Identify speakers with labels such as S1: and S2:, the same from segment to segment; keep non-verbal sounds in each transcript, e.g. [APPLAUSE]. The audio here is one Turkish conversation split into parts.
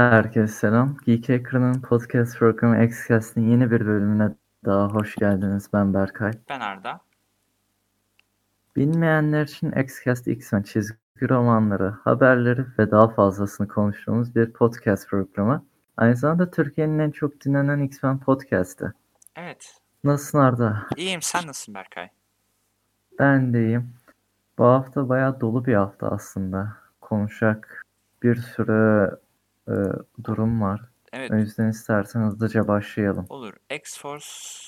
S1: Herkese selam. Geek Ekran'ın podcast programı XCast'in yeni bir bölümüne daha hoş geldiniz. Ben Berkay.
S2: Ben Arda.
S1: Bilmeyenler için XCast X-Men çizgi romanları, haberleri ve daha fazlasını konuştuğumuz bir podcast programı. Aynı zamanda Türkiye'nin en çok dinlenen X-Men podcast'i.
S2: Evet.
S1: Nasılsın Arda?
S2: İyiyim. Sen nasılsın Berkay?
S1: Ben de iyiyim. Bu hafta bayağı dolu bir hafta aslında. Konuşacak bir sürü e, durum var.
S2: Evet.
S1: O yüzden istersen hızlıca başlayalım.
S2: Olur. X-Force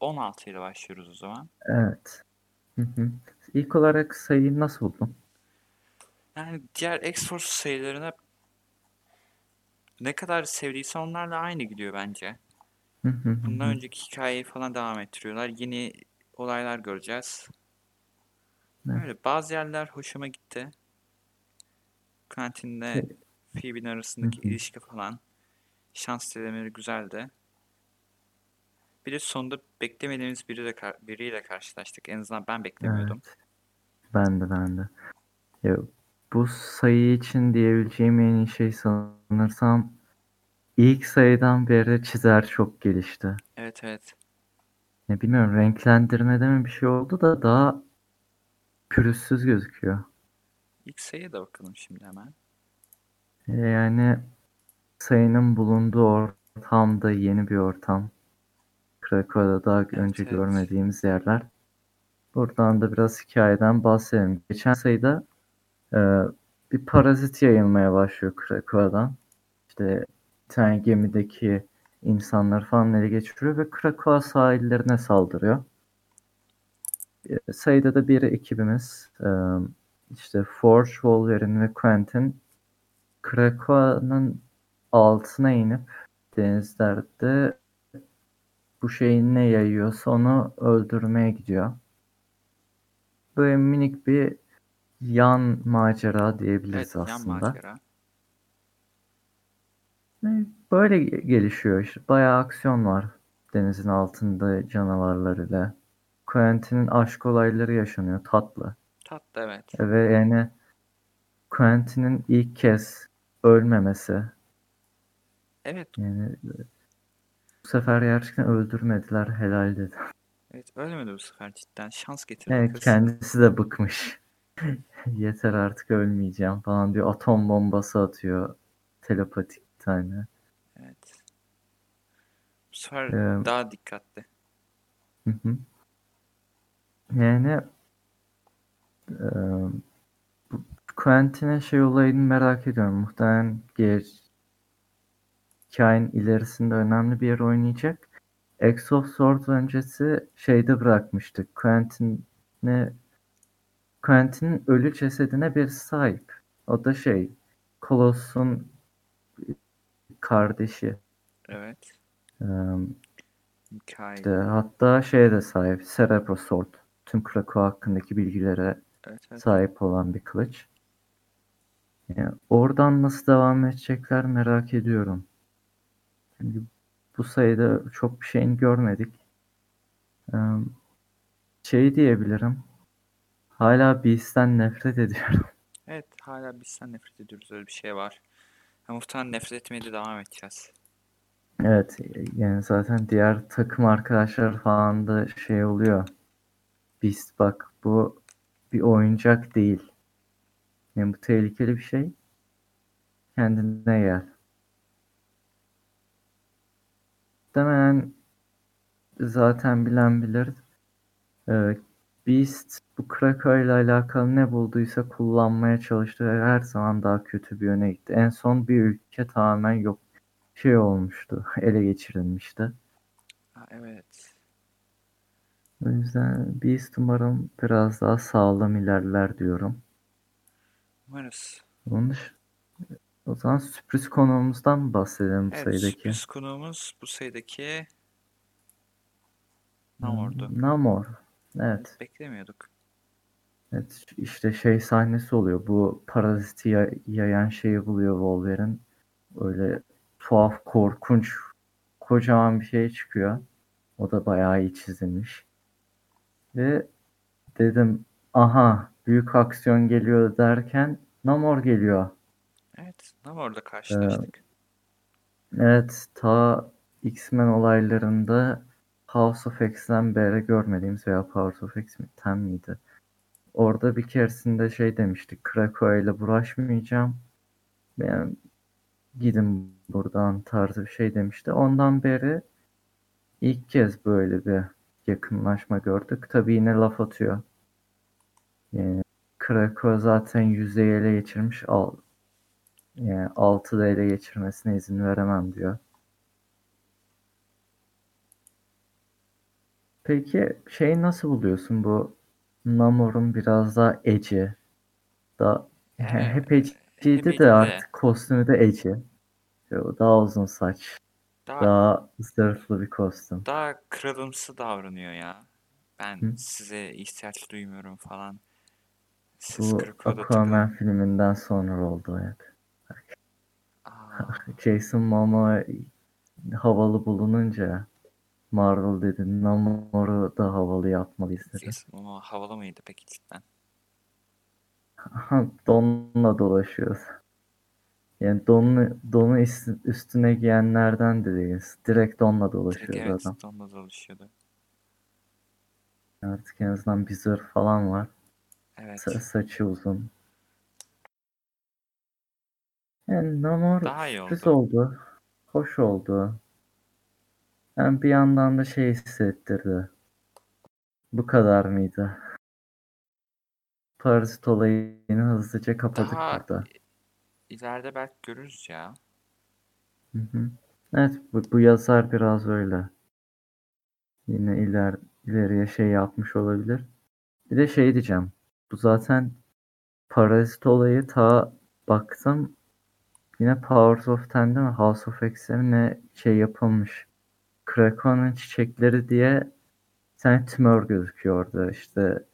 S2: 16 ile başlıyoruz o zaman.
S1: Evet. Hı hı. İlk olarak sayıyı nasıl buldun?
S2: Yani diğer X-Force sayılarına ne kadar sevdiyse onlarla aynı gidiyor bence.
S1: Hı hı hı
S2: Bundan
S1: hı.
S2: önceki hikayeyi falan devam ettiriyorlar. Yeni olaylar göreceğiz.
S1: Evet.
S2: Öyle. Bazı yerler hoşuma gitti. Kantinle Phoebe'nin arasındaki
S1: hı.
S2: ilişki falan. Şans dilemeleri güzeldi. Bir de sonunda beklemediğimiz biriyle, kar- biriyle karşılaştık. En azından ben beklemiyordum.
S1: Ben de ben de. Ya, bu sayı için diyebileceğim en iyi şey sanırsam ilk sayıdan beri çizer çok gelişti.
S2: Evet evet.
S1: Ne bilmiyorum renklendirmede mi bir şey oldu da daha pürüzsüz gözüküyor.
S2: İlk sayıya da bakalım şimdi hemen.
S1: E, Yani sayının bulunduğu ortam da yeni bir ortam. Krakow'da daha önce
S2: evet.
S1: görmediğimiz yerler. Buradan da biraz hikayeden bahsedelim. Geçen sayıda e, bir parazit yayılmaya başlıyor Krakow'dan. İşte bir tane gemideki insanları falan ele geçiriyor ve Krakow sahillerine saldırıyor. E, sayıda da bir ekibimiz e, işte Forge, Wolverine ve Quentin Krakowa'nın altına inip denizlerde bu şeyin ne yayıyorsa onu öldürmeye gidiyor. Böyle minik bir yan macera diyebiliriz
S2: Evet yan
S1: aslında.
S2: macera.
S1: Ne- Böyle ge- gelişiyor işte. Bayağı aksiyon var denizin altında canavarlarıyla. Quentin'in aşk olayları yaşanıyor tatlı.
S2: Tatlı evet.
S1: Ve yani Quentin'in ilk kez ölmemesi.
S2: Evet.
S1: Yani e, bu sefer gerçekten öldürmediler helal dedi.
S2: Evet ölmedi bu sefer cidden. Şans getirdi
S1: Evet,
S2: kız.
S1: kendisi de bıkmış. [LAUGHS] Yeter artık ölmeyeceğim falan diyor. Atom bombası atıyor. Telepatik bir tane.
S2: Evet. Bu sefer
S1: Ee,
S2: daha dikkatli.
S1: Hı hı. Yani e, bu Quentin'e şey olayını merak ediyorum. Muhtemelen geç, hikayenin ilerisinde önemli bir yer oynayacak. X of Swords öncesi şeyde bırakmıştık. Quentin'e Quentin'in ölü cesedine bir sahip. O da şey Kolos'un kardeşi.
S2: Evet.
S1: E,
S2: Mikail.
S1: işte hatta şeye de sahip. Cerebro Sword. Tüm Krakow hakkındaki bilgilere
S2: Evet evet.
S1: sahip olan bir kılıç. Yani oradan nasıl devam edecekler merak ediyorum. Çünkü bu sayıda çok bir şeyini görmedik. Ee, Şey diyebilirim. Hala Beast'ten nefret ediyorum.
S2: Evet hala biz sen nefret ediyoruz öyle bir şey var. Ya, muhtemelen nefret etmeye de devam edeceğiz.
S1: Evet yani zaten diğer takım arkadaşlar falan da şey oluyor. Beast bak bu bir oyuncak değil. Yani bu tehlikeli bir şey. Kendine gel. Muhtemelen zaten bilen bilir. Ee, Beast bu Krakow ile alakalı ne bulduysa kullanmaya çalıştı ve her zaman daha kötü bir yöne gitti. En son bir ülke tamamen yok şey olmuştu, ele geçirilmişti.
S2: Ha, evet.
S1: O yüzden Beast umarım biraz daha sağlam ilerler diyorum.
S2: Umarız.
S1: Onun dış- o zaman sürpriz konuğumuzdan bahsedelim bu
S2: Evet
S1: sayıdaki.
S2: sürpriz konuğumuz bu sayıdaki Namor'du.
S1: Namor. Hmm, Evet.
S2: Beklemiyorduk.
S1: Evet işte şey sahnesi oluyor. Bu paraziti ya- yayan şeyi buluyor Wolverine. Öyle tuhaf, korkunç, kocaman bir şey çıkıyor. O da bayağı iyi çizilmiş. Ve dedim aha büyük aksiyon geliyor derken Namor geliyor.
S2: Evet Namor'la karşılaştık.
S1: Evet, ta X-Men olaylarında House of X'den beri görmediğimiz veya Powers of X'ten miydi? Orada bir keresinde şey demiştik. Krakoa ile uğraşmayacağım. Yani gidin buradan tarzı bir şey demişti. Ondan beri ilk kez böyle bir yakınlaşma gördük. Tabii yine laf atıyor. Yani Krakoa zaten yüzeyi ele geçirmiş. Al, yani 6 da ele geçirmesine izin veremem diyor. Peki şey nasıl buluyorsun bu Namor'un biraz daha eci? Da hep
S2: hep
S1: eciydi
S2: eci
S1: de
S2: de.
S1: artık kostümü de eci. Yo, Daha uzun saç,
S2: Daha
S1: daha zırhlı bir kostüm.
S2: daha kralımsı davranıyor ya. Ben
S1: Hı.
S2: size ihtiyaç duymuyorum falan. Siz
S1: Bu
S2: Krakoa'da takılın.
S1: Aquaman filminden sonra oldu evet.
S2: Aa,
S1: [LAUGHS] Jason Momoa havalı bulununca Marvel dedi Namor'u da havalı yapmalıyız dedi.
S2: Jason Momoa havalı mıydı peki cidden?
S1: [LAUGHS] Aha, donla dolaşıyoruz. Yani donu, donu is- üstüne giyenlerden de değiliz. Direkt donla
S2: Direkt
S1: dolaşıyoruz
S2: evet
S1: adam.
S2: donla dolaşıyordu.
S1: Artık en azından bir zırh falan var.
S2: Evet.
S1: Sa- saçı uzun. Yani Namor
S2: Daha iyi
S1: sürpriz
S2: oldu.
S1: oldu. Hoş oldu. Yani bir yandan da şey hissettirdi. Bu kadar mıydı? Parazit olayını hızlıca kapadık
S2: Daha-
S1: burada.
S2: İleride belki görürüz ya.
S1: Hı hı. Evet bu, bu yazar biraz öyle. Yine iler, ileriye şey yapmış olabilir. Bir de şey diyeceğim. Bu zaten parazit olayı ta baktım yine Powers of Ten değil mi? House of X'e mi ne şey yapılmış. Krakoa'nın çiçekleri diye bir tane tümör gözüküyor orada. İşte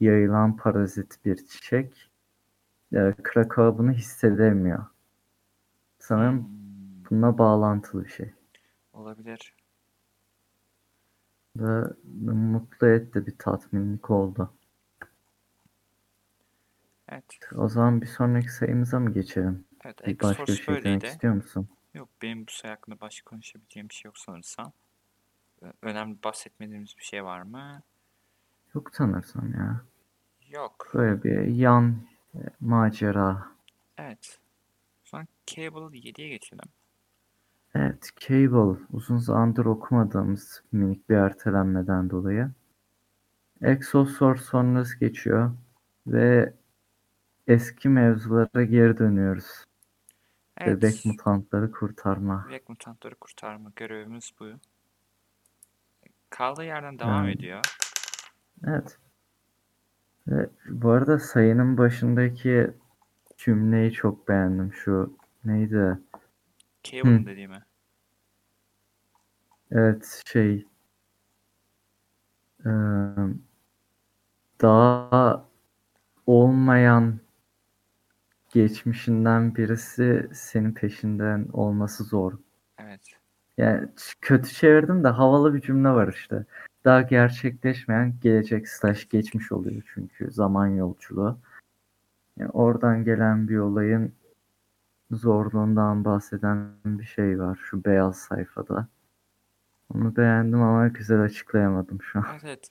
S1: yayılan parazit bir çiçek. Ee, Krakoa bunu hissedemiyor. Sanırım
S2: Hmm,
S1: bununla bağlantılı bir şey.
S2: olabilir.
S1: Ve mutlu etti bir tatminlik oldu.
S2: Evet.
S1: O zaman bir sonraki sayımıza mı geçelim?
S2: Evet.
S1: Bir başka bir
S2: X-Force
S1: şey demek
S2: böyleydi.
S1: istiyor musun?
S2: Yok benim bu sayı hakkında başka konuşabileceğim bir şey yok sanırsam. Ö- Önemli bahsetmediğimiz bir şey var mı?
S1: Yok sanırsam ya.
S2: Yok.
S1: Böyle bir yan e, macera.
S2: Evet. O zaman Cable 7'ye geçelim.
S1: Evet, Cable uzun zamandır okumadığımız minik bir ertelenmeden dolayı. Exosor sonrası geçiyor ve eski mevzulara geri dönüyoruz.
S2: Evet.
S1: Bebek mutantları kurtarma.
S2: Bebek mutantları kurtarma görevimiz bu. Kaldığı yerden devam
S1: Yani-
S2: ediyor.
S1: Evet. Ve bu arada sayının başındaki cümleyi çok beğendim. Şu neydi?
S2: Cable'ın
S1: Hı.
S2: dediğimi.
S1: Evet şey eee, daha olmayan geçmişinden birisi senin peşinden olması zor.
S2: Evet.
S1: Yani ç- kötü çevirdim de havalı bir cümle var işte. Daha gerçekleşmeyen gelecek slash geçmiş oluyor çünkü zaman yolculuğu. Yani oradan gelen bir olayın zorluğundan bahseden bir şey var şu beyaz sayfada. Onu beğendim ama güzel açıklayamadım şu an. [LAUGHS]
S2: Evet evet.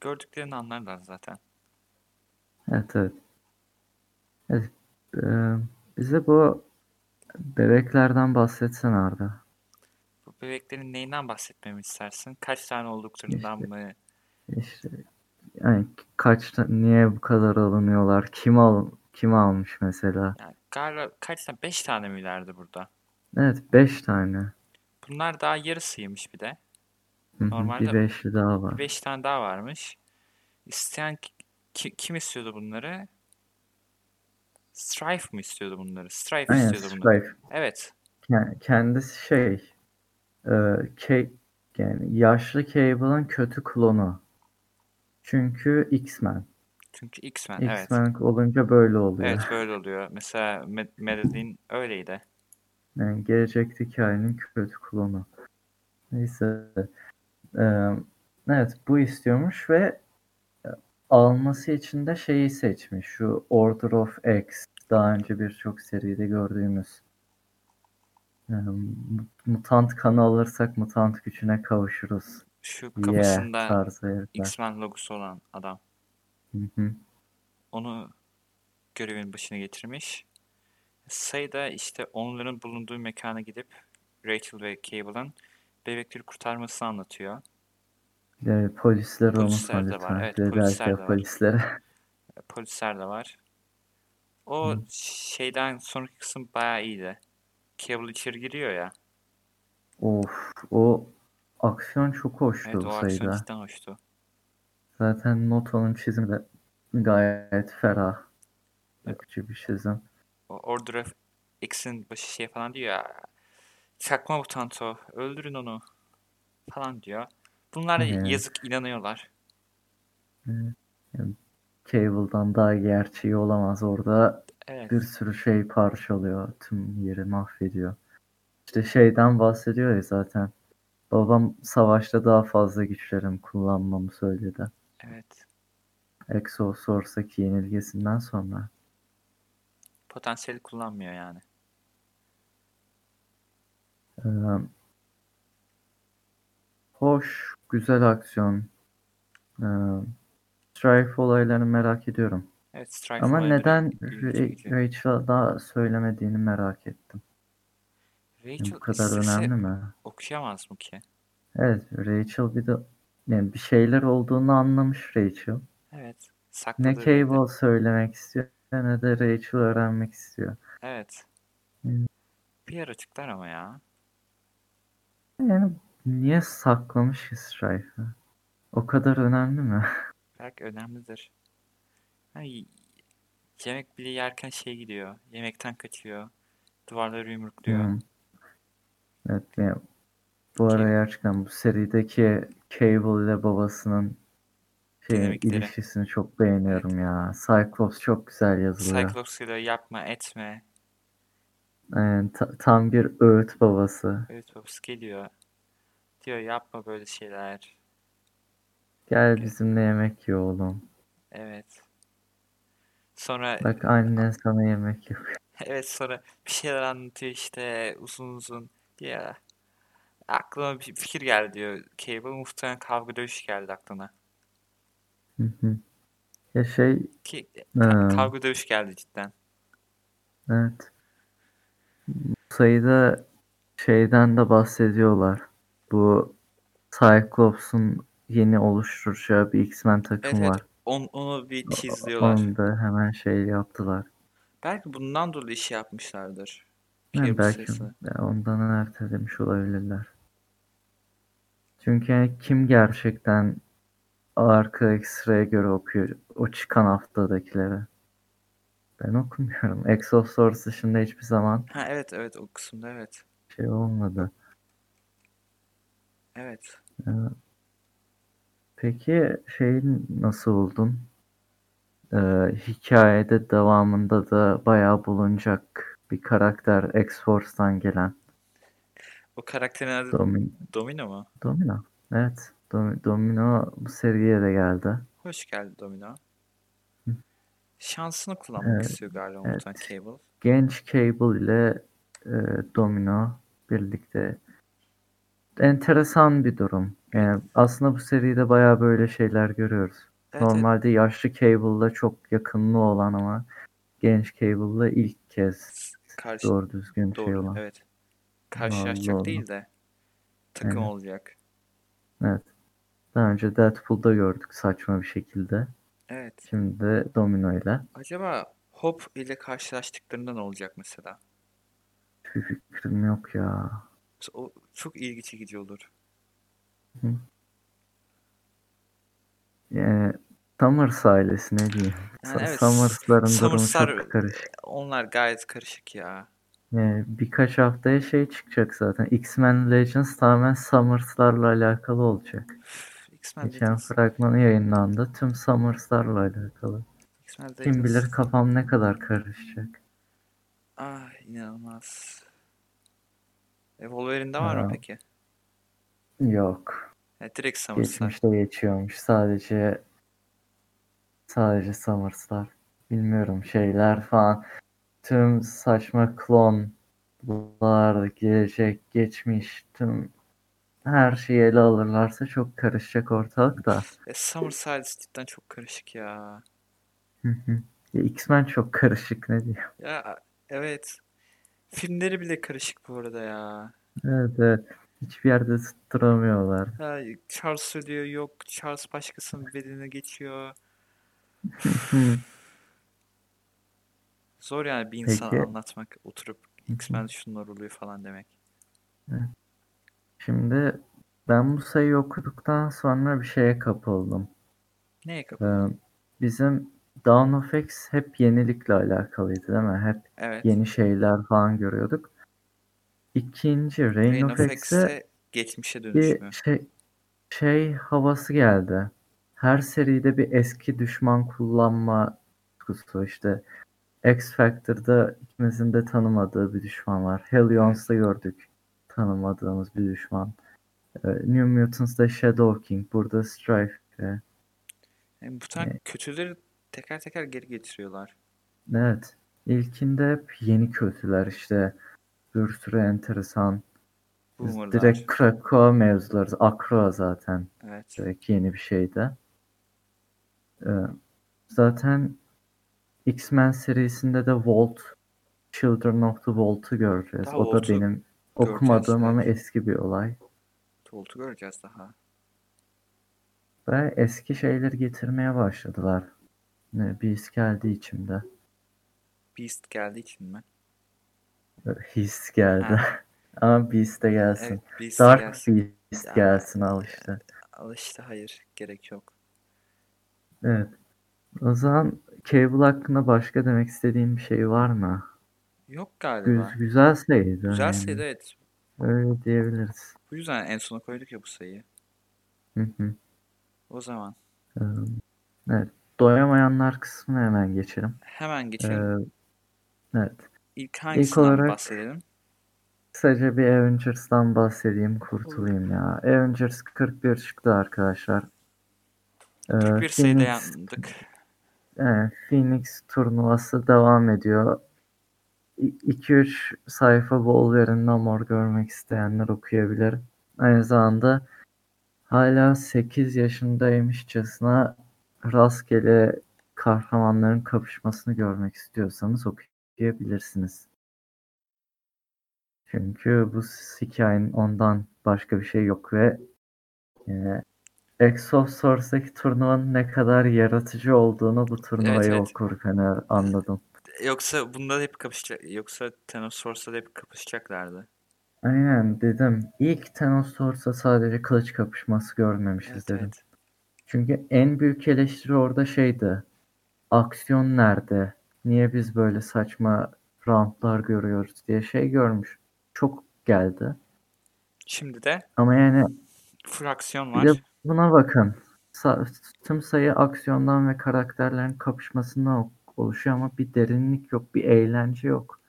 S2: Gördüklerini anlarlar zaten.
S1: Evet evet. Evet, eee, bize bu bebeklerden bahsetsen Arda.
S2: Bu bebeklerin neyinden bahsetmemi istersin? Kaç tane olduklarından mı?
S1: İşte yani kaç ta- niye bu kadar alınıyorlar? Kim al kim almış mesela?
S2: Yani galiba kaç tane? 5 tane mi ileride burada?
S1: Evet 5 tane.
S2: Bunlar daha yarısıymış bir de.
S1: Hı hı,
S2: Normalde-
S1: bir beşli daha var.
S2: 5 tane daha varmış. İsteyen ki- ki- kim istiyordu bunları? Strife mi istiyordu bunları? Strife
S1: Aynen
S2: istiyordu bunları.
S1: Strife.
S2: Evet.
S1: Yani kendisi şey e, Ca- yani yaşlı Cable'ın kötü klonu. Çünkü X-Men.
S2: Çünkü X-Men. Evet.
S1: X-Men olunca böyle oluyor.
S2: Evet böyle oluyor. Mesela Me- Marilyn öyleydi.
S1: Yani gelecekteki halinin kötü klonu. Neyse. Ee, evet bu istiyormuş ve e, alması için de şeyi seçmiş. Şu Order of X. Daha önce birçok seride gördüğümüz. Ee, mu- mutant kanı alırsak mutant gücüne kavuşuruz.
S2: Şu
S1: Yeah
S2: kafasında
S1: tarzı herifler.
S2: X-Men logosu olan adam.
S1: Hı hı.
S2: Onu görevin başına getirmiş. Say da işte onların bulunduğu mekana gidip Rachel ve Cable'ın bebekleri kurtarmasını anlatıyor.
S1: Ee, polisleri unutma
S2: Polisler de var.
S1: lütfen.
S2: Evet polisler
S1: Philadelphia
S2: de var.
S1: polislere.
S2: E, Polisler de var.
S1: Hı.
S2: O şeyden sonraki kısım bayağı iyiydi. Cable içeri giriyor ya.
S1: [LAUGHS] Of o aksiyon çok hoştu
S2: Evet o
S1: bu
S2: aksiyon
S1: sayıda.
S2: cidden hoştu.
S1: Zaten Noto'nun çizimi de gayet ferah.
S2: E,
S1: Akıcı bir çizim.
S2: O Order of X'in başı şey falan diyor ya. Çakma mutanto öldürün onu falan diyor. Bunlar
S1: Evet.
S2: yazık inanıyorlar.
S1: evet. Ee, Yani Cable'dan daha gerçeği olamaz. Orada bir
S2: Evet.
S1: sürü şey parçalıyor. Tüm yeri mahvediyor. İşte şeyden bahsediyor ya zaten. Babam savaşta daha fazla güçlerimi kullanmamı söyledi.
S2: Evet.
S1: Exo Source'daki yenilgisinden sonra.
S2: Potansiyeli kullanmıyor yani.
S1: Ee, hoş, güzel aksiyon. Ee, Strife olaylarını merak ediyorum.
S2: Evet Strife
S1: Ama
S2: olayları
S1: neden e,
S2: ilgi çekici.
S1: Ra- Rachel'a daha söylemediğini merak ettim. Yani bu
S2: Rachel
S1: kadar
S2: istese
S1: önemli mi?
S2: okuyamaz mı ki?
S1: Evet, Rachel bir de yani bir şeyler olduğunu anlamış Rachel.
S2: Evet.
S1: Ne
S2: Sakladığı belli.
S1: Cable söylemek istiyor ne de Rachel öğrenmek istiyor.
S2: Evet.
S1: Yani
S2: Bir ara açıklar ama ya.
S1: yani niye saklamış ki Strife'ı? O kadar önemli mi?
S2: Belki önemlidir. Hani yemek bile yerken şey gidiyor. Yemekten kaçıyor. Duvarları yumrukluyor.
S1: Hmm, Evet, yani bu
S2: Cable
S1: arada gerçekten bu serideki Cable ile babasının şey,
S2: dinamikleri.
S1: ilişkisini çok
S2: Evet.
S1: beğeniyorum ya. Cyclops çok güzel yazılıyor.
S2: Cyclops ile yapma etme.
S1: Yani ta- tam bir öğüt babası.
S2: Evet babası geliyor. Diyor yapma böyle şeyler.
S1: Gel
S2: Ge-
S1: bizimle yemek ye oğlum.
S2: Evet. Sonra
S1: Bak annen sana yemek yapıyor.
S2: evet sonra bir şeyler anlatıyor işte uzun uzun. Diyor aklıma bir fikir geldi diyor. Cable muhtemelen kavga dövüş geldi aklına.
S1: Hı hı. Ya şey,
S2: Ki
S1: e,
S2: ka- kavga dövüş geldi cidden.
S1: evet. Bu sayıda şeyden de bahsediyorlar. Bu Cyclops'un yeni oluşturacağı bir X-Men
S2: Evet
S1: takım
S2: evet
S1: var.
S2: on, onu bir
S1: O-
S2: tease'liyorlar.
S1: Onu da hemen şey yaptılar.
S2: Belki bundan dolayı şey yapmışlardır.
S1: Yani
S2: Cable
S1: belki
S2: sayısı.
S1: ya ondan ertelemiş olabilirler. Çünkü yani kim gerçekten arka ekstraya göre okuyor o çıkan haftadakileri? Ben okumuyorum. Exosource dışında hiçbir zaman
S2: Ha evet evet o kısımda evet.
S1: şey olmadı.
S2: Evet.
S1: Ee, Peki şeyi nasıl buldun? Ee, hikayede devamında da bayağı bulunacak bir karakter X-Force'dan gelen.
S2: O karakterin adı
S1: Domin
S2: Domino mu?
S1: Domino. Evet. Dom- Domino bu seriye de geldi.
S2: Hoş geldi Domino.
S1: Hı.
S2: Şansını kullanmak
S1: Ee,
S2: istiyor galiba Mutant
S1: evet.
S2: Cable.
S1: Genç Cable ile e, Domino birlikte. Enteresan bir durum.
S2: Evet.
S1: Yani aslında bu seride bayağı böyle şeyler görüyoruz.
S2: Evet evet.
S1: Normalde yaşlı Cable'la çok yakınlığı olan ama genç Cable'la ilk kez
S2: S- Karşı
S1: doğru düzgün şey
S2: doğru
S1: olan.
S2: evet.
S1: Vallahi
S2: Karşılaşacak
S1: oldu.
S2: değil de takım
S1: Yani,
S2: olacak.
S1: evet. Daha önce Deadpool'da gördük saçma bir şekilde.
S2: Evet.
S1: Şimdi de Domino ile.
S2: Acaba Hop ile karşılaştıklarında ne olacak mesela?
S1: Hiçbir fikrim yok ya.
S2: O çok ilgi çekici olur.
S1: Hı. Yani Ee, Summers ailesi ne diyeyim.
S2: Yani
S1: Sa-
S2: evet
S1: Summers'ların durumu
S2: Summers'lar
S1: çok karışık.
S2: onlar gayet karışık ya.
S1: Yani birkaç haftaya şey çıkacak zaten. X-Men Legends tamamen Summers'larla alakalı olacak.
S2: Üf, X-Men
S1: Geçen
S2: Legends.
S1: fragmanı yayınlandı. Tüm Summers'larla alakalı.
S2: X-Men
S1: Kim bilir
S2: Legends.
S1: kafam ne kadar karışacak.
S2: Ah inanılmaz. E, Wolverine'de var mı
S1: Ha,
S2: peki?
S1: yok.
S2: E, direkt Summers'lar.
S1: Geçmişte geçiyormuş. Sadece sadece Summers'lar. Bilmiyorum şeyler falan. Tüm saçma klon bunlar gelecek, geçmiş, tüm her şeyi ele alırlarsa çok karışacak ortalık da.
S2: E, Summer Silence cidden çok karışık ya.
S1: Hı hı. Ya X-Men çok karışık ne diyeyim.
S2: Ya evet. Filmleri bile karışık bu arada ya.
S1: Evet, evet. Hiçbir yerde tutturamıyorlar.
S2: Ha, Charles ölüyor yok. Charles başkasının bedenine geçiyor.
S1: Hı.
S2: Zor yani bir insana
S1: Peki.
S2: anlatmak. Oturup X-Men şunlar oluyor falan demek.
S1: Şimdi ben bu sayıyı okuduktan sonra bir şeye kapıldım.
S2: Neye kapı?
S1: Ee, bizim Dawn of X hep yenilikle alakalıydı değil mi? Hep
S2: Evet.
S1: yeni şeyler falan görüyorduk. İkinci Reign of X'e
S2: X'e geçmişe dönüş mü?
S1: bir şey, şey havası geldi. Her seride bir eski düşman kullanma tutkusu işte. X Factor'da ikimizin de tanımadığı bir düşman var. Helions'ta gördük tanımadığımız bir düşman. Ee, New Mutants'da Shadow King, burada Strife. e, ve-
S2: Yani E, bu tarz kötüleri teker teker geri getiriyorlar.
S1: Evet. İlkinde hep yeni kötüler işte. Bir sürü enteresan.
S2: Boomer'lar.
S1: Direkt Krakoa mevzuları. Akroa zaten.
S2: Evet.
S1: Direkt yeni bir şeydi. Ee, zaten X-Men serisinde de Volt, Children of the Volt'u göreceğiz.
S2: Daha
S1: o da
S2: Volt'u
S1: benim okumadığım ama
S2: evet.
S1: eski bir olay.
S2: Tolt'u göreceğiz daha.
S1: Ve eski şeyleri getirmeye başladılar. Ne, bir his geldi içimde.
S2: Beast geldiği için mi?
S1: Böyle His geldi.
S2: Ha.
S1: [LAUGHS] ama Beast de gelsin.
S2: Evet Beast
S1: Dark
S2: gelsin.
S1: Beast
S2: Ya,
S1: gelsin al işte.
S2: Al işte hayır gerek yok.
S1: Evet. O zaman Cable hakkında başka demek istediğin bir şey var mı?
S2: Yok
S1: Güz,
S2: galiba.
S1: güzel sayıydı.
S2: Güzel
S1: yani.
S2: sayıda evet.
S1: Öyle diyebiliriz.
S2: Bu yüzden en sona koyduk ya bu sayıyı.
S1: Hı hı.
S2: O zaman
S1: Ee, Evet. Doyamayanlar kısmına hemen geçelim.
S2: hemen
S1: Ee,
S2: geçelim.
S1: evet.
S2: İlk hangisinden
S1: olarak-
S2: bahsedelim?
S1: Kısaca bir Avengers'dan bahsedeyim, kurtulayım ya. Avengers 41 çıktı arkadaşlar. Ee,
S2: 41 sayıda
S1: Phoenix-
S2: yandık.
S1: Evet, Phoenix turnuvası devam ediyor. 2-3 sayfa Wolverine Namor görmek isteyenler okuyabilir. Aynı zamanda hala 8 yaşındaymışçasına rastgele kahramanların kapışmasını görmek istiyorsanız okuyabilirsiniz. Çünkü bu hikayenin ondan başka bir şey yok ve e, X of Swords'daki turnuvanın ne kadar yaratıcı olduğunu bu turnuvayı
S2: evet.
S1: okurken anladım.
S2: Yoksa bunda da hep kapışacak. Yoksa Thanos Source'da da hep kapışacaklardı.
S1: Aynen dedim. İlk Thanos Swords'a sadece kılıç kapışması görmemişiz
S2: Evet,
S1: dedim.
S2: evet.
S1: Çünkü en büyük eleştiri orada şeydi. Aksiyon nerede? Niye biz böyle saçma roundlar görüyoruz diye şey görmüş. Çok geldi.
S2: Şimdi de
S1: Ama yani
S2: fraksiyon
S1: bir de
S2: var.
S1: buna bakın. Sa- tüm sayı aksiyondan ve karakterlerin kapışmasından o- oluşuyor ama bir derinlik yok, bir eğlence yok.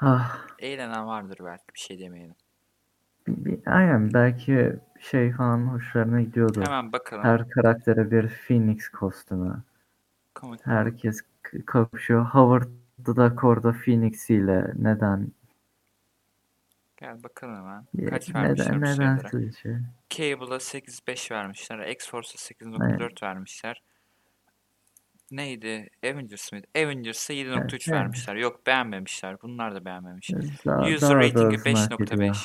S1: Ah,
S2: Eğlenen vardır belki bir şey demeyelim.
S1: bir- bir- aynen belki şey falan hoşlarına gidiyordu.
S2: Hemen bakalım.
S1: Her karaktere bir Phoenix kostümü.
S2: Komik.
S1: Herkes k- kapışıyor. Howard'da da Korda Phoenix ile neden
S2: Gel bakalım hemen.
S1: e,
S2: Kaç vermişler şey
S1: neden
S2: bu
S1: neden
S2: sayılara?
S1: sizce?
S2: Cable'a 8.5 vermişler. X-Force'a 8.4 vermişler. Neydi? Avengers mıydı? Avengers'a 7.3
S1: Evet,
S2: vermişler. Yok beğenmemişler. Bunlar da beğenmemiş.
S1: Daha,
S2: User
S1: daha da
S2: rating'i
S1: hızını hak ediyor.
S2: 5.5.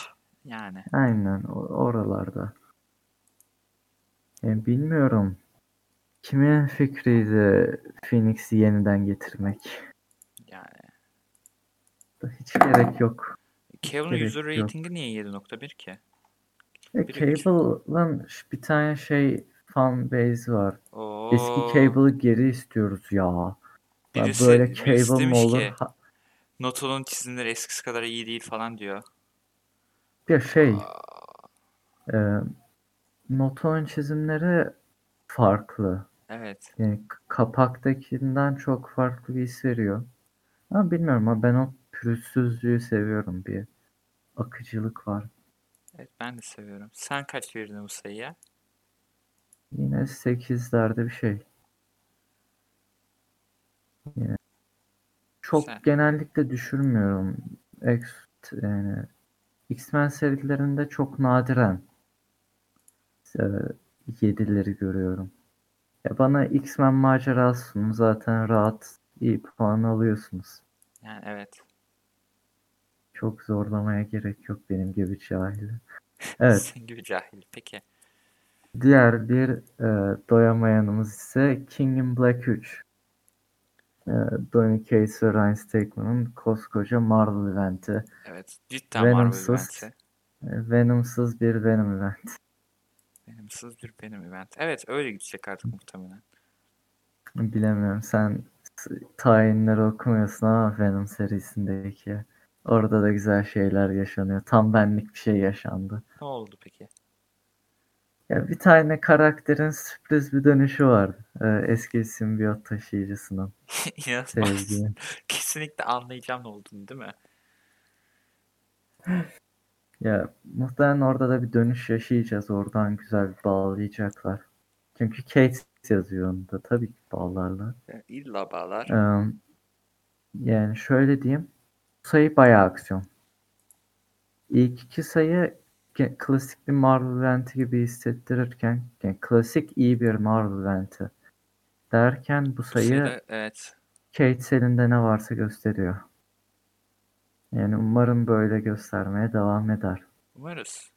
S2: Yani.
S1: Aynen o- oralarda. Yani bilmiyorum. Kimin fikriydi Phoenix'i yeniden getirmek?
S2: yani.
S1: Hiç gerek yok.
S2: Cable'ın
S1: Gerek
S2: user
S1: yok.
S2: rating'i niye 7.1 ki?
S1: E,
S2: Bir-
S1: Cable'ın ş- bir tane şey fan base var.
S2: Oo.
S1: Eski Cable'ı geri istiyoruz ya. Ya
S2: Birisi-
S1: böyle
S2: birisi
S1: Cable mı
S2: demiş
S1: olur?
S2: ki-
S1: Ha-
S2: Noto'nun çizimleri eskisi kadar iyi değil falan diyor.
S1: Ya şey,
S2: Aa,
S1: Ee, Noto'nun çizimleri farklı.
S2: Evet.
S1: Yani k- kapaktakinden çok farklı bir his veriyor. Ama bilmiyorum ama ben o pürüzsüzlüğü seviyorum. Bir akıcılık var.
S2: Evet ben de seviyorum. Sen kaç verdin bu sayıya?
S1: Yine 8'lerde bir şey. Yine Çok
S2: Güzel.
S1: genellikle düşürmüyorum. X, yani X-Men serilerinde çok nadiren e, yedileri görüyorum. Ya bana X-Men macerasını zaten rahat iyi puan alıyorsunuz.
S2: Yani evet.
S1: Çok zorlamaya gerek yok benim gibi cahili. Evet,
S2: Sen gibi cahil. Peki.
S1: diğer bir e, doyamayanımız ise King in Black 3. E, Donny Cates ve Ryan Stegman'ın koskoca Marvel eventi. E,
S2: Evet. Cidden Marvel
S1: Venomsuz.
S2: eventi.
S1: E, Venomsız bir Venom event.
S2: Venomsuz bir benim event. Evet öyle gidecek artık muhtemelen.
S1: [LAUGHS] Bilemiyorum sen s- tayinleri okumuyorsun ama Venom serisindeki. Orada da güzel şeyler yaşanıyor. Tam benlik bir şey yaşandı.
S2: Ne oldu peki? [LAUGHS]
S1: Ya bir tane karakterin sürpriz bir dönüşü vardı. E, eski simbiyot taşıyıcısının
S2: İnanılmaz.
S1: sevgili.
S2: [LAUGHS] Kesinlikle anlayacağım ne olduğunu değil mi?
S1: Ya muhtemelen orada da bir dönüş yaşayacağız. Oradan güzel bir bağlayacaklar. Çünkü Kate yazıyor onu da. Tabii ki bağlarlar.
S2: Yani İlla bağlar.
S1: Ee, yani şöyle diyeyim. Bu sayı bayağı aksiyon. İlk iki sayı ge- klasik bir Marvel eventi gibi hissettirirken yani klasik iyi bir Marvel eventi derken bu
S2: Bu
S1: sayı
S2: sayıda evet.
S1: Kate elinde ne varsa gösteriyor. Yani umarım böyle göstermeye devam eder.
S2: Umarız.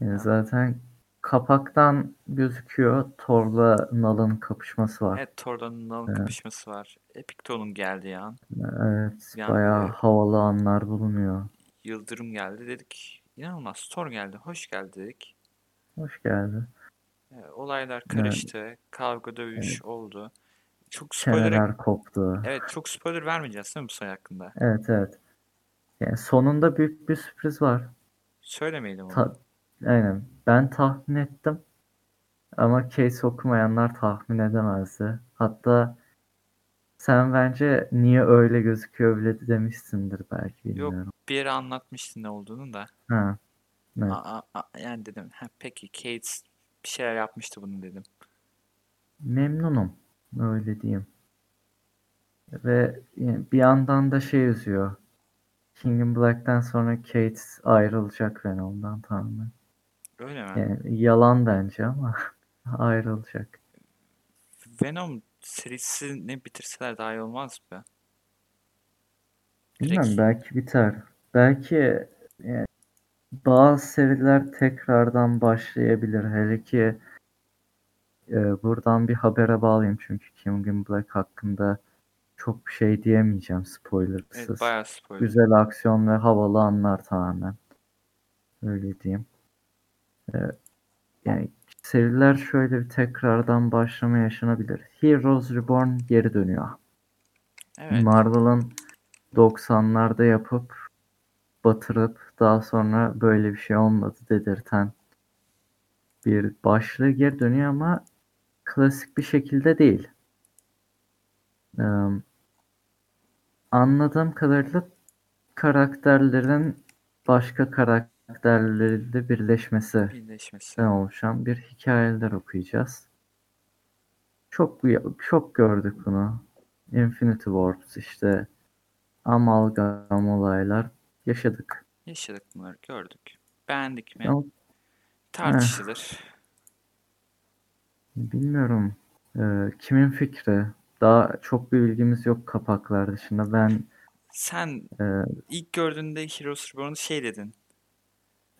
S1: Yani Ee, zaten kapaktan gözüküyor. Thor'la Null'ın kapışması var.
S2: Evet Thor'dan Null'ın kapışması var. Epicton'un geldiği an.
S1: Evet,
S2: Yani-
S1: bayağı havalı anlar bulunuyor.
S2: Yıldırım geldi dedik. İnanılmaz. Thor geldi. Hoş geldi dedik.
S1: Hoş geldi.
S2: Ee, Olaylar karıştı. Kavga dövüş oldu. Çok spoiler
S1: Çeneler koptu.
S2: Evet çok spoiler vermeyeceğiz değil mi bu sayı hakkında?
S1: Evet evet. Yani sonunda büyük bir sürpriz var.
S2: Söylemeyelim onu.
S1: Ta- Aynen. Ben tahmin ettim. Ama case okumayanlar tahmin edemezdi. Hatta sen bence niye öyle gözüküyor bile demişsindir belki
S2: Yok.
S1: bilmiyorum.
S2: Bir yere anlatmıştın ne olduğunu da.
S1: Ha. Evet.
S2: Aa, aa, yani dedim ha, peki Kate bir şeyler yapmıştı bunu dedim.
S1: Memnunum. Öyle diyeyim. Ve yani bir yandan da şey yazıyor. King in Black'ten sonra Kate ayrılacak Venom'dan tamamen.
S2: Öyle mi?
S1: Yani yalan bence ama [LAUGHS] ayrılacak.
S2: Venom serisini bitirseler daha iyi olmaz mı?
S1: Bilmem
S2: Direkt- şey-
S1: belki biter. Belki yani bazı seriler tekrardan başlayabilir. Hele ki e, buradan bir habere bağlayayım çünkü King in Black hakkında çok bir şey diyemeyeceğim spoilersız.
S2: Evet bayağı spoiler.
S1: Güzel aksiyon ve havalı anlar tamamen. Öyle diyeyim. Ee, yani seriler şöyle bir tekrardan başlama yaşanabilir. Heroes Reborn geri dönüyor.
S2: Evet.
S1: Marvel'ın 90'larda yapıp batırıp daha sonra böyle bir şey olmadı dedirten bir başlığı geri dönüyor ama klasik bir şekilde değil. Ee, anladığım kadarıyla karakterlerin başka karakterlerle birleşmesi
S2: Birleşmesi.
S1: sen oluşan bir hikayeler okuyacağız. Çok bu- çok gördük bunu. Infinity Wars işte amalgam olaylar yaşadık.
S2: Yaşadık bunları gördük. Beğendik mi?
S1: Ama
S2: Tartışılır.
S1: bilmiyorum e, kimin fikri. Daha çok bir bilgimiz yok kapaklar dışında. Ben
S2: Sen
S1: e,
S2: ilk gördüğünde Heroes Reborn'u şey dedin.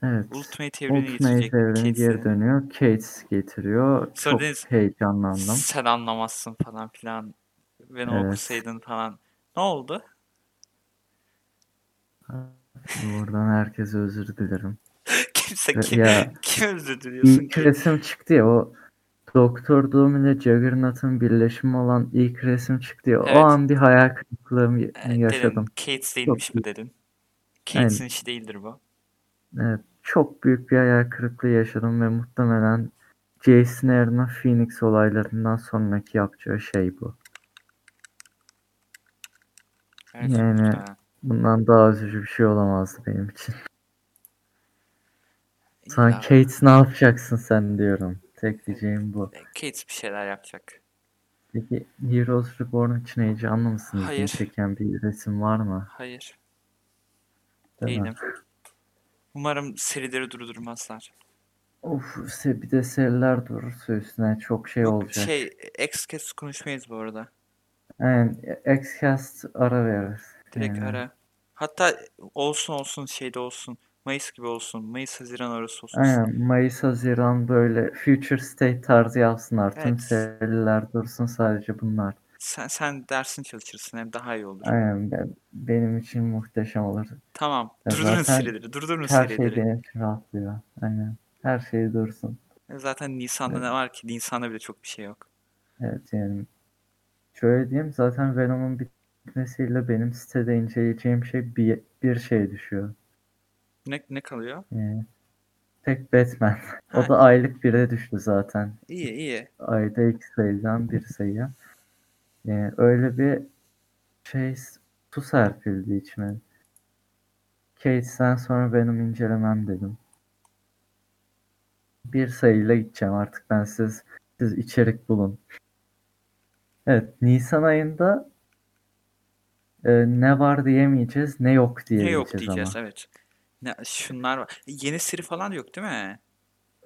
S1: evet
S2: Ultimate evrenine
S1: Ultimate
S2: getirecek
S1: evreni
S2: Kate'i
S1: geri
S2: dedin.
S1: dönüyor. Kate getiriyor.
S2: Sonra
S1: Çok
S2: dediniz- [LAUGHS]
S1: heyecanlandım.
S2: Sen anlamazsın falan filan. Venom
S1: Evet.
S2: okusaydın falan. Ne oldu? [LAUGHS]
S1: Buradan herkese özür dilerim.
S2: Kimse
S1: Ve-
S2: kim,
S1: ya
S2: kim özür diliyorsun
S1: İlk
S2: ki?
S1: resim çıktı ya o Doktor Doom ile Juggernaut'ın birleşimi olan ilk resim çıktı ya.
S2: Evet.
S1: O an bir hayal kırıklığını
S2: Ee, dedin,
S1: yaşadım.
S2: Kate's değilmiş
S1: Çok
S2: mi dedin? Kates'in işi değildir bu.
S1: Evet, çok büyük bir hayal kırıklığı yaşadım ve muhtemelen Jason Aaron'ın Phoenix olaylarından sonraki yapacağı şey bu.
S2: Evet,
S1: Yani-
S2: muhtemelen.
S1: Bundan daha üzücü bir şey olamazdı benim için. Sana
S2: İlla- e,
S1: Kate ne yapacaksın sen diyorum. Tek diyeceğim bu.
S2: Kate bir şeyler yapacak.
S1: Peki Heroes Reborn için heyecanlı mısın? İlgini
S2: Hayır.
S1: çeken bir resim var mı?
S2: Hayır,
S1: Değil mi?
S2: değilim. Umarım serileri durdurmazlar.
S1: Of se- bir de seriler durursa üstüne çok şey
S2: Yok
S1: olacak.
S2: şey, X-Cast konuşmayız bu arada.
S1: Yani Xcast ara verir.
S2: Direkt
S1: Yani.
S2: ara. Hatta olsun olsun şeyde olsun. Mayıs gibi olsun. Mayıs-Haziran arası olsun.
S1: Aynen Mayıs Haziran böyle Future State tarzı yapsınlar. Tüm
S2: Evet.
S1: seriler dursun sadece bunlar.
S2: Sen, sen dersin çalışırsın hem daha iyi olur.
S1: Aynen ben- benim için muhteşem olur.
S2: Tamam.
S1: Ya
S2: Durdurun
S1: zaten
S2: serileri. Durdurun
S1: Her
S2: serileri.
S1: şey benim için rahatlıyor. Aynen. Her şey dursun.
S2: Zaten Nisan'da ne var ki? Nisan'da bile çok bir şey yok.
S1: Evet yani. Şöyle diyeyim zaten Venom'un bitmesiyle benim sitede inceleyeceğim şey bir, bir şey düşüyor.
S2: Ne, ne kalıyor?
S1: Yani tek Batman. [LAUGHS]
S2: Ha.
S1: o da aylık bire düştü zaten.
S2: İyi iyi.
S1: ayda iki sayıdan bir sayı. Yani öyle bir şey su serpildi içime. Cage'den sonra benim incelemem dedim. Bir sayıyla gideceğim artık ben siz siz içerik bulun. Evet Nisan ayında e, ne var diyemeyeceğiz ne yok
S2: Ne
S1: diyemeyeceğiz
S2: yok diyeceğiz
S1: ama.
S2: evet. Ne, şunlar var. E, Yeni seri falan yok değil mi?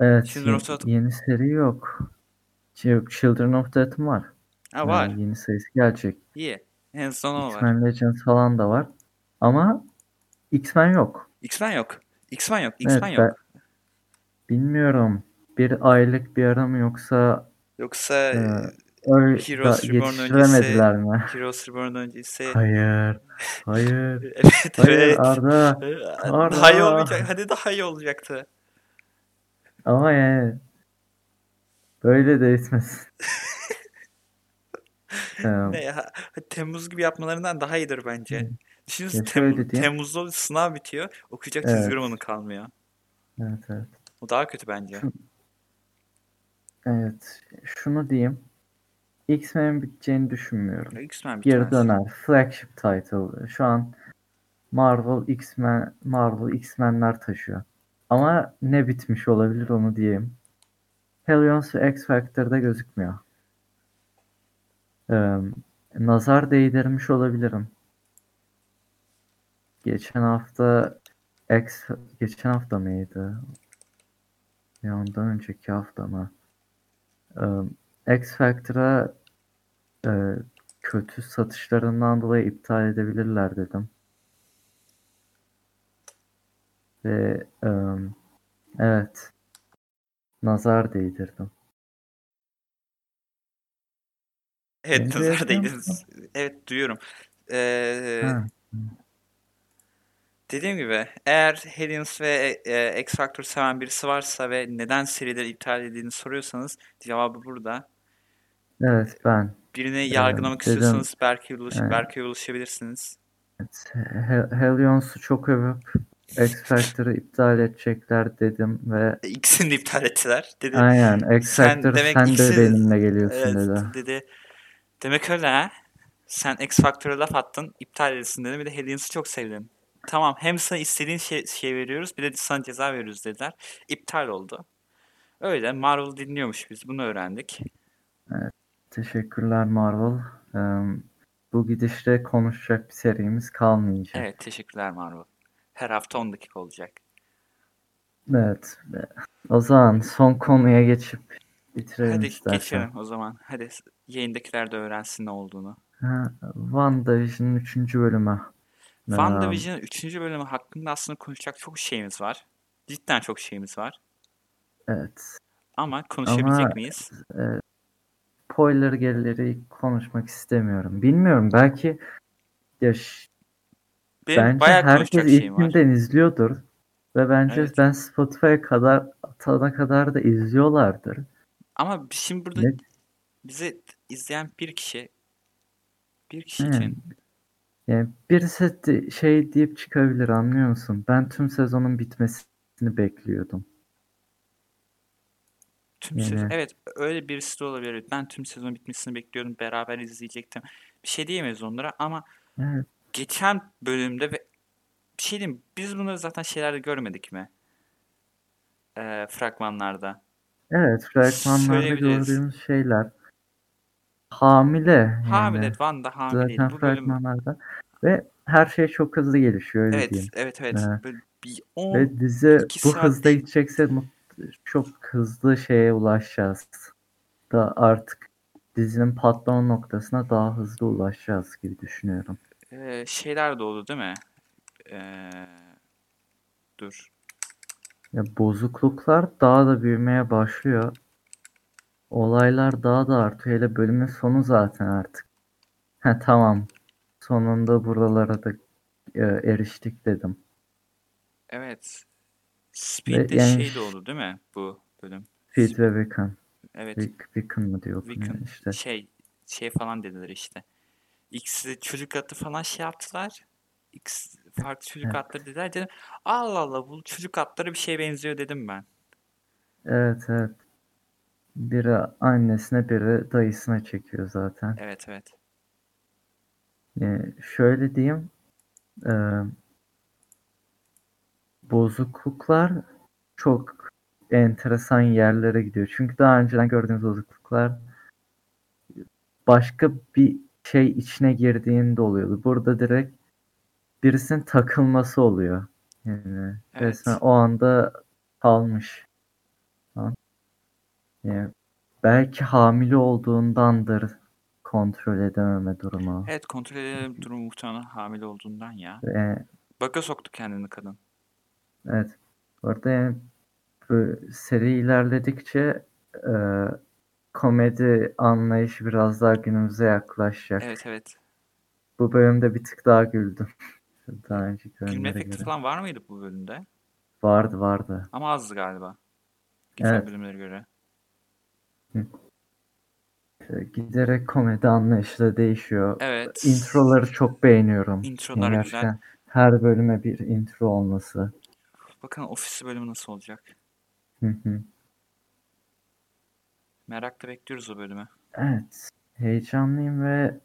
S1: Evet
S2: Children of
S1: ye-
S2: Death-
S1: yeni seri yok. Şey Yok Children of Death var.
S2: Ha var.
S1: Yani yeni sayısı gelecek.
S2: İyi. En son o var.
S1: X-Men Legends falan da var. Ama X-Men yok.
S2: X-Men yok. X-Men yok.
S1: Evet,
S2: X-Men
S1: ben-
S2: yok.
S1: Bilmiyorum. Bir aylık bir ara mı yoksa
S2: Yoksa
S1: e, öyle
S2: Ee, Heroes
S1: da-
S2: Reborn
S1: yetiştiremediler
S2: [LAUGHS]
S1: mi?
S2: Heroes Reborn öncesi.
S1: Hayır. Hayır.
S2: [LAUGHS] Evet
S1: Hayır
S2: evet.
S1: Arda. Arda.
S2: Daha iyi olmayacak. Hadi daha iyi olacaktı.
S1: Ama yani böyle de
S2: [LAUGHS]
S1: etmez.
S2: Ne ya? ha- Temmuz gibi yapmalarından daha iyidir bence.
S1: Hı.
S2: Düşünsene
S1: Ya
S2: Temmuz-
S1: şöyle diyeyim.
S2: Temmuz'da sınav bitiyor. Okuyacak
S1: Evet.
S2: çizgi romanın kalmıyor.
S1: evet evet.
S2: O daha kötü bence.
S1: Evet. Şunu diyeyim. X-Men biteceğini düşünmüyorum.
S2: X-Men
S1: geri
S2: bitmez.
S1: döner. Flagship title. Şu an Marvel X-Men Marvel X-Men'ler taşıyor. Ama ne bitmiş olabilir onu diyeyim. Helios ve X Factor'da gözükmüyor. Ee, nazar değdirmiş olabilirim. Geçen hafta X geçen hafta mıydı? Ya ondan önceki hafta mı? Ee, X Factor'a e, kötü satışlarından dolayı iptal edebilirler dedim. Ve em, evet nazar değdirdim.
S2: Evet
S1: Bence
S2: nazar
S1: yapıyor
S2: değdiniz. Evet duyuyorum. Ee,
S1: Ha,
S2: dediğim gibi eğer Helens ve e, X Factor seven birisi varsa ve neden serileri iptal edildiğini soruyorsanız cevabı burada.
S1: evet ben
S2: Birini yargılamak
S1: Ee, dedim- Ee.
S2: istiyorsanız belki ulaş,
S1: Evet.
S2: Berke'ye ulaşabilirsiniz.
S1: He- Helions'u çok övüp X Factor'ı iptal edecekler dedim ve
S2: E, İkisini de iptal ettiler. Dedi.
S1: aynen X
S2: Ee, Sen
S1: Factor
S2: demek
S1: sen de
S2: ikisi-
S1: benimle geliyorsun
S2: Evet,
S1: dedi.
S2: dedi. Demek öyle ha. Sen X Factor'a laf attın, iptal edilsin dedi. Bir de Hellions'u çok sevdin. Tamam hem sana istediğin şey, şey veriyoruz bir de sana ceza veriyoruz dediler. İptal oldu. Öyle Marvel dinliyormuş biz bunu öğrendik.
S1: Teşekkürler Marvel. Em, bu gidişle konuşacak bir serimiz kalmayacak.
S2: Evet teşekkürler Marvel. Her hafta 10 dakika olacak.
S1: Evet. O zaman son konuya geçip bitirelim
S2: Hadi
S1: istersen.
S2: geçelim o zaman. Hadi s- yayındakiler de öğrensin ne olduğunu.
S1: Ha, WandaVision'ın 3. bölümü. Ee,
S2: WandaVision'ın 3. bölümü hakkında aslında konuşacak çok şeyimiz var. Cidden çok şeyimiz var.
S1: Evet.
S2: Ama konuşabilecek
S1: Ama-
S2: miyiz?
S1: Spoiler gelirleri konuşmak istemiyorum. Bilmiyorum belki ya ş-
S2: Benim
S1: bence
S2: bayağı
S1: herkes
S2: konuşacak şeyim var.
S1: ilkinden izliyordur. Ve bence
S2: Evet.
S1: ben Spotify'a kadar atana kadar da izliyorlardır.
S2: Ama şimdi burada
S1: Ne?
S2: bizi izleyen bir kişi bir kişi
S1: Hmm.
S2: için
S1: Yani birisi de şey deyip çıkabilir anlıyor musun? Ben tüm sezonun bitmesini bekliyordum.
S2: tüm sezon
S1: Yani-
S2: evet öyle birisi de olabilir. Ben tüm sezon bitmesini bekliyordum. Beraber izleyecektim. Bir şey diyemeyiz onlara ama
S1: Evet.
S2: geçen bölümde ve bir şey diyeyim mi? biz bunları zaten şeylerde görmedik mi? Ee, fragmanlarda.
S1: Evet, fragmanlarda
S2: Söyleyebiliriz.
S1: gördüğümüz şeyler. hamile. Yani
S2: Hamile. Wanda hamileydi.
S1: Hmm. Zaten
S2: Bu bölüm
S1: fragmanlarda. Ve her şey çok hızlı gelişiyor öyle
S2: Evet,
S1: diyeyim.
S2: evet, evet.
S1: Ee,
S2: Böyle bir 10
S1: Ve dizi
S2: iki
S1: bu
S2: saat-
S1: hızda gidecekse mut- çok hızlı şeye ulaşacağız. Da artık dizinin patlama noktasına daha hızlı ulaşacağız gibi düşünüyorum.
S2: e, şeyler de oldu değil mi? Ee, dur.
S1: Ya bozukluklar daha da büyümeye başlıyor. Olaylar daha da artıyor. Hele bölümün sonu zaten artık. [LAUGHS] Ha tamam. Sonunda buralara da e, eriştik dedim.
S2: Evet.
S1: Ve
S2: Speed'de
S1: yani-
S2: şey de oldu değil mi bu bölüm?
S1: Fit ve Beacon.
S2: Evet.
S1: Beak- Beacon mı diyor bunun
S2: Beacon.
S1: işte.
S2: Şey şey falan dediler işte. İkisi çocuk atı falan şey yaptılar. İkisi farklı çocuk
S1: Evet.
S2: atları dediler. Dedim, Allah Allah bu çocuk atları bir şeye benziyor dedim ben.
S1: Evet evet. Biri annesine biri dayısına çekiyor zaten.
S2: Evet evet.
S1: Ee, şöyle diyeyim. e, bozukluklar çok enteresan yerlere gidiyor. Çünkü daha önceden gördüğümüz bozukluklar başka bir şey içine girdiğinde oluyordu. Burada direkt birisinin takılması oluyor. Yani
S2: Evet.
S1: resmen o anda kalmış. Tamam. Yani belki hamile olduğundandır kontrol edememe durumu.
S2: Evet kontrol edelim durum muhtemelen hamile olduğundan ya.
S1: Ve
S2: Baka soktu kendini kadın.
S1: evet. Orada yani bu seri ilerledikçe e, komedi anlayışı biraz daha günümüze yaklaşacak.
S2: Evet evet.
S1: Bu bölümde bir tık daha güldüm. [LAUGHS] Daha önceki
S2: Gülme
S1: bölümlere
S2: efekti
S1: göre.
S2: falan var mıydı bu bölümde?
S1: Vardı vardı.
S2: Ama azdı galiba. Geçen
S1: Evet.
S2: bölümlere göre.
S1: E, Giderek komedi anlayışı da değişiyor.
S2: Evet.
S1: Introları çok beğeniyorum.
S2: Introlar
S1: Yani
S2: güzel.
S1: gerçekten her bölüme bir intro olması.
S2: Bakın ofisi bölümü nasıl olacak?
S1: Hı hı.
S2: Merakla bekliyoruz o bölümü.
S1: evet. Heyecanlıyım ve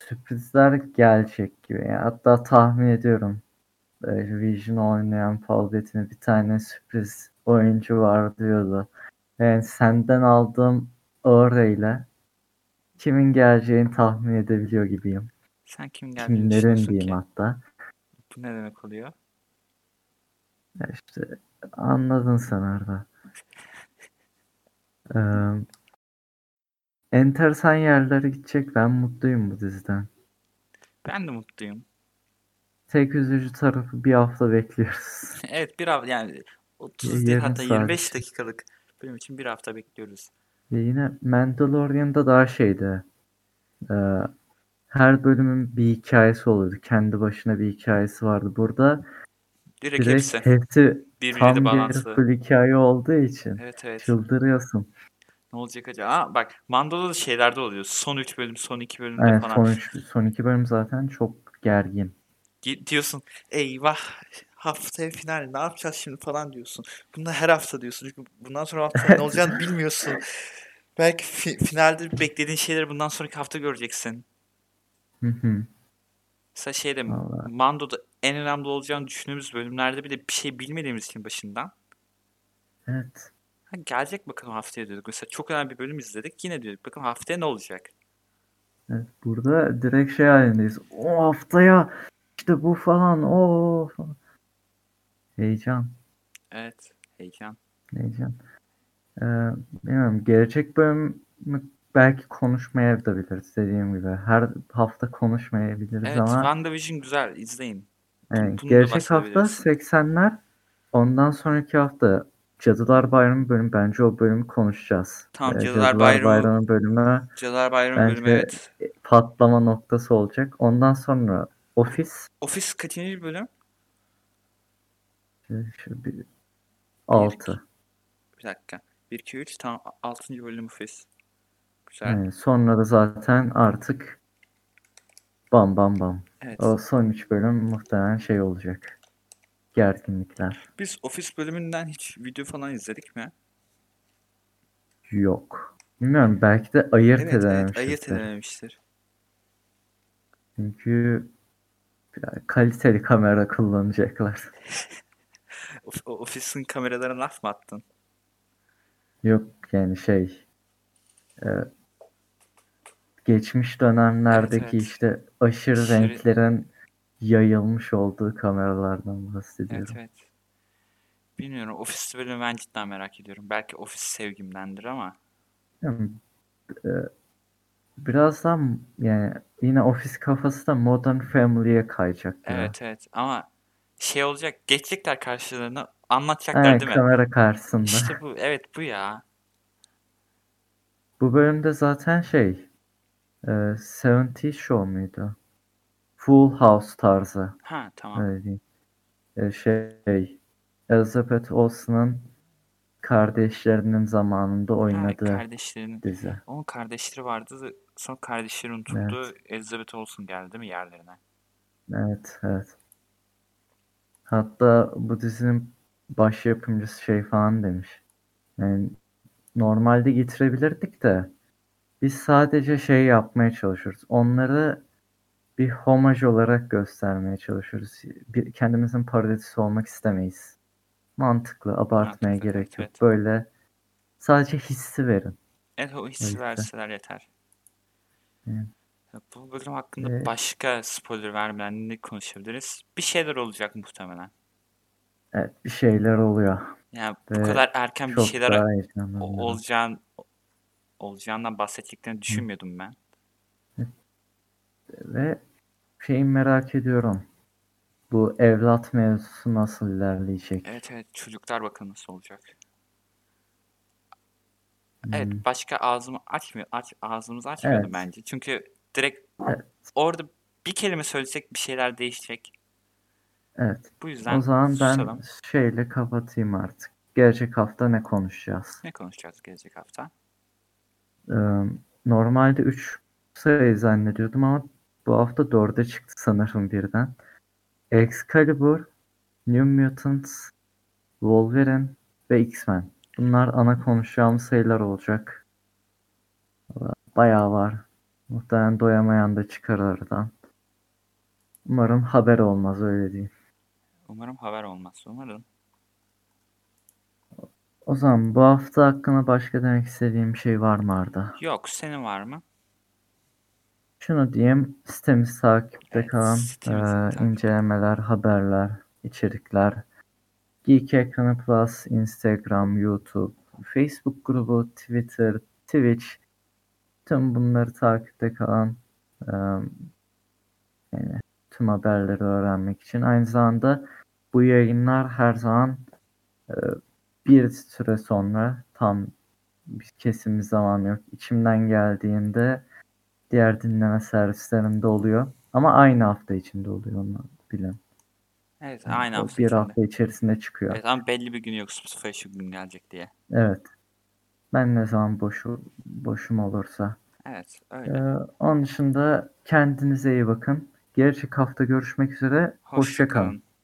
S1: sürprizler gelecek gibi. Yani hatta tahmin ediyorum. Ee, Vision oynayan Paul Bettany bir tane sürpriz oyuncu var diyordu. Yani senden aldığım öğreyle kimin geleceğini tahmin edebiliyor gibiyim.
S2: Sen kim geldiğini
S1: Kimlerin
S2: düşünüyorsun
S1: diyeyim
S2: ki?
S1: hatta.
S2: Bu ne demek oluyor?
S1: Ya İşte anladın sen orada. Eee, enteresan yerlere gidecek. Ben mutluyum bu diziden.
S2: Ben de mutluyum. [LAUGHS]
S1: Tek üzücü tarafı bir hafta bekliyoruz. [LAUGHS]
S2: evet bir hafta yani 30
S1: Ya,
S2: değil
S1: yarım
S2: hatta
S1: saat
S2: 25
S1: için.
S2: dakikalık bölüm için bir hafta bekliyoruz.
S1: Ve yine Mandalorian'da daha şeydi. eee, her bölümün bir hikayesi oluyordu. Kendi başına bir hikayesi vardı. Burada
S2: Direkt,
S1: direkt
S2: hepsi.
S1: hepsi tam
S2: Birbiriyle de
S1: bir
S2: bağlantılı.
S1: full hikaye olduğu için
S2: Evet evet.
S1: çıldırıyorsun.
S2: Ne olacak acaba? Aa, bak Mandalorian'da şeylerde oluyor. Son 3 bölüm, son 2 bölümde
S1: Yani
S2: falan.
S1: son, üç, son iki bölüm zaten çok gergin.
S2: Gi- diyorsun eyvah haftaya final ne yapacağız şimdi falan diyorsun. Bunu her hafta diyorsun çünkü bundan sonra hafta
S1: [LAUGHS]
S2: ne olacağını bilmiyorsun. Belki fi- finalde beklediğin şeyleri bundan sonraki hafta göreceksin.
S1: Hı hı.
S2: Mesela şeyde
S1: Vallahi.
S2: Mando'da en önemli olacağını düşündüğümüz bölümlerde bile bir şey bilmediğimiz için başından.
S1: Evet.
S2: Ha, gelecek bakalım haftaya diyorduk. Mesela çok önemli bir bölüm izledik yine diyorduk. Bakın haftaya ne olacak?
S1: Evet, burada direkt şey halindeyiz. O haftaya işte bu falan o falan. Heyecan,
S2: Evet. Heyecan.
S1: heyecan. Ee, bilmiyorum gelecek bölümü belki konuşmaya da biliriz dediğim gibi. Her hafta konuşmayabiliriz
S2: Evet.
S1: ama
S2: WandaVision güzel. izleyin.
S1: e,
S2: bunu da
S1: gelecek hafta
S2: bahsedebiliriz.
S1: 80'ler ondan sonraki hafta Cadılar Bayramı bölümü bence o bölümü konuşacağız.
S2: Tamam,
S1: Ee,
S2: Cadılar Bayramı-
S1: Bayramı bölümü
S2: Cadılar Bayramı bölümü
S1: Bence-
S2: evet.
S1: patlama noktası olacak. Ondan sonra ofis
S2: Ofis kaçıncı bölüm?
S1: Ee, Şu bir 6.
S2: Bir dakika. 1 2 3 tam 6. bölüm ofis. Güzel.
S1: Yani sonra da zaten artık bam bam bam.
S2: Evet.
S1: O son 3 bölüm muhtemelen şey olacak. Gerginlikler
S2: Biz ofis bölümünden hiç video falan izledik mi?
S1: yok. Bilmiyorum belki de ayırt
S2: Evet, evet,
S1: edememişizdir.
S2: ayırt edememiştir.
S1: Çünkü ya kaliteli kamera kullanacaklar. [LAUGHS]
S2: Of- o- ofisin kameralarına laf mı attın?
S1: Yok yani şey e, geçmiş dönemlerdeki
S2: Evet, evet.
S1: işte aşırı
S2: Aşırı-
S1: renklerin yayılmış olduğu kameralardan bahsediyorum.
S2: Evet evet. Bilmiyorum ofis bölümü ben cidden merak ediyorum. Belki ofis sevgimdendir ama.
S1: Yani, e, birazdan yani yine ofis kafası da Modern Family'e kayacak. ya.
S2: Evet evet ama şey olacak geçecekler karşılarına anlatacaklar
S1: Aynen,
S2: değil mi?
S1: kamera karşısında.
S2: İşte bu evet bu ya.
S1: Bu bölümde zaten şey e, 70 Show muydu? Full House tarzı.
S2: Ha tamam.
S1: Öyle diyeyim. E, şey Elizabeth Olsen'ın kardeşlerinin zamanında
S2: Ha,
S1: oynadığı
S2: kardeşlerin
S1: dizi.
S2: onun kardeşleri vardı da sonra kardeşleri unutuldu. Elizabeth olsun geldi değil mi yerlerine?
S1: Evet, evet. Hatta bu dizinin baş yapımcısı şey falan demiş. Yani normalde getirebilirdik de biz sadece şey yapmaya çalışıyoruz. Onları bir homaj olarak göstermeye çalışıyoruz. Bir, kendimizin parodisi olmak istemeyiz. Mantıklı, abartmaya
S2: Mantıklı,
S1: gerek
S2: evet,
S1: yok.
S2: evet.
S1: Böyle sadece hissi verin.
S2: Evet o
S1: O
S2: hissi
S1: yüzden.
S2: verseler yeter.
S1: Evet.
S2: Bu bölüm hakkında
S1: Ee,
S2: başka spoiler vermeden ne konuşabiliriz? Bir şeyler olacak muhtemelen.
S1: Evet, bir şeyler oluyor.
S2: Yani
S1: Ve
S2: bu kadar erken bir
S1: Çok
S2: şeyler
S1: daha
S2: o-
S1: heyecanlanıyorum.
S2: olacağın olacağından bahsettiklerini düşünmüyordum ben.
S1: Ve şeyi merak ediyorum. Bu evlat mevzusu nasıl ilerleyecek?
S2: Evet evet çocuklar bakın nasıl olacak.
S1: Hmm,
S2: Evet başka ağzımı açmıyor aç ağzımızı açmıyordu
S1: Evet.
S2: bence. Çünkü direkt
S1: Evet.
S2: orada bir kelime söylesek bir şeyler değişecek.
S1: evet.
S2: Bu yüzden
S1: O zaman ben
S2: susalım.
S1: şeyle kapatayım artık. Gelecek hafta ne konuşacağız?
S2: Ne konuşacağız gelecek hafta?
S1: Ee, normalde 3 sayı zannediyordum ama bu hafta 4'e çıktı sanırım birden. Excalibur, New Mutants, Wolverine ve X-Men. Bunlar ana konuşacağımız sayılar olacak. Bayağı var. Muhtemelen doyamayan da çıkar aradan. Umarım haber olmaz öyle diyeyim.
S2: Umarım haber olmaz. Umarım.
S1: O zaman bu hafta hakkında başka demek istediğim bir şey var mı Arda?
S2: Yok senin var mı?
S1: Şunu diyeyim, sitemiz takipte
S2: Evet,
S1: kalan
S2: sitemiz
S1: eee,
S2: takipte.
S1: incelemeler, haberler, içerikler. Geek Ekranı Plus, Instagram, YouTube, Facebook grubu, Twitter, Twitch. Tüm bunları takipte kalan eee, yani tüm haberleri öğrenmek için. Aynı zamanda bu yayınlar her zaman eee, bir süre sonra tam bir kesin bir zaman yok. İçimden geldiğinde diğer dinleme servislerinde oluyor. Ama aynı hafta içinde oluyor onu bilin.
S2: Evet
S1: Yani
S2: aynı
S1: o
S2: hafta
S1: Bir
S2: içinde.
S1: hafta içerisinde çıkıyor. Evet.
S2: Evet ama belli bir gün yok Spotify şu gün gelecek diye.
S1: Ben ne zaman boşu, boşum olursa.
S2: Evet öyle.
S1: Ee, onun dışında kendinize iyi bakın. Gerçek hafta görüşmek üzere. Hoşça kalın.
S2: Hoşçakalın.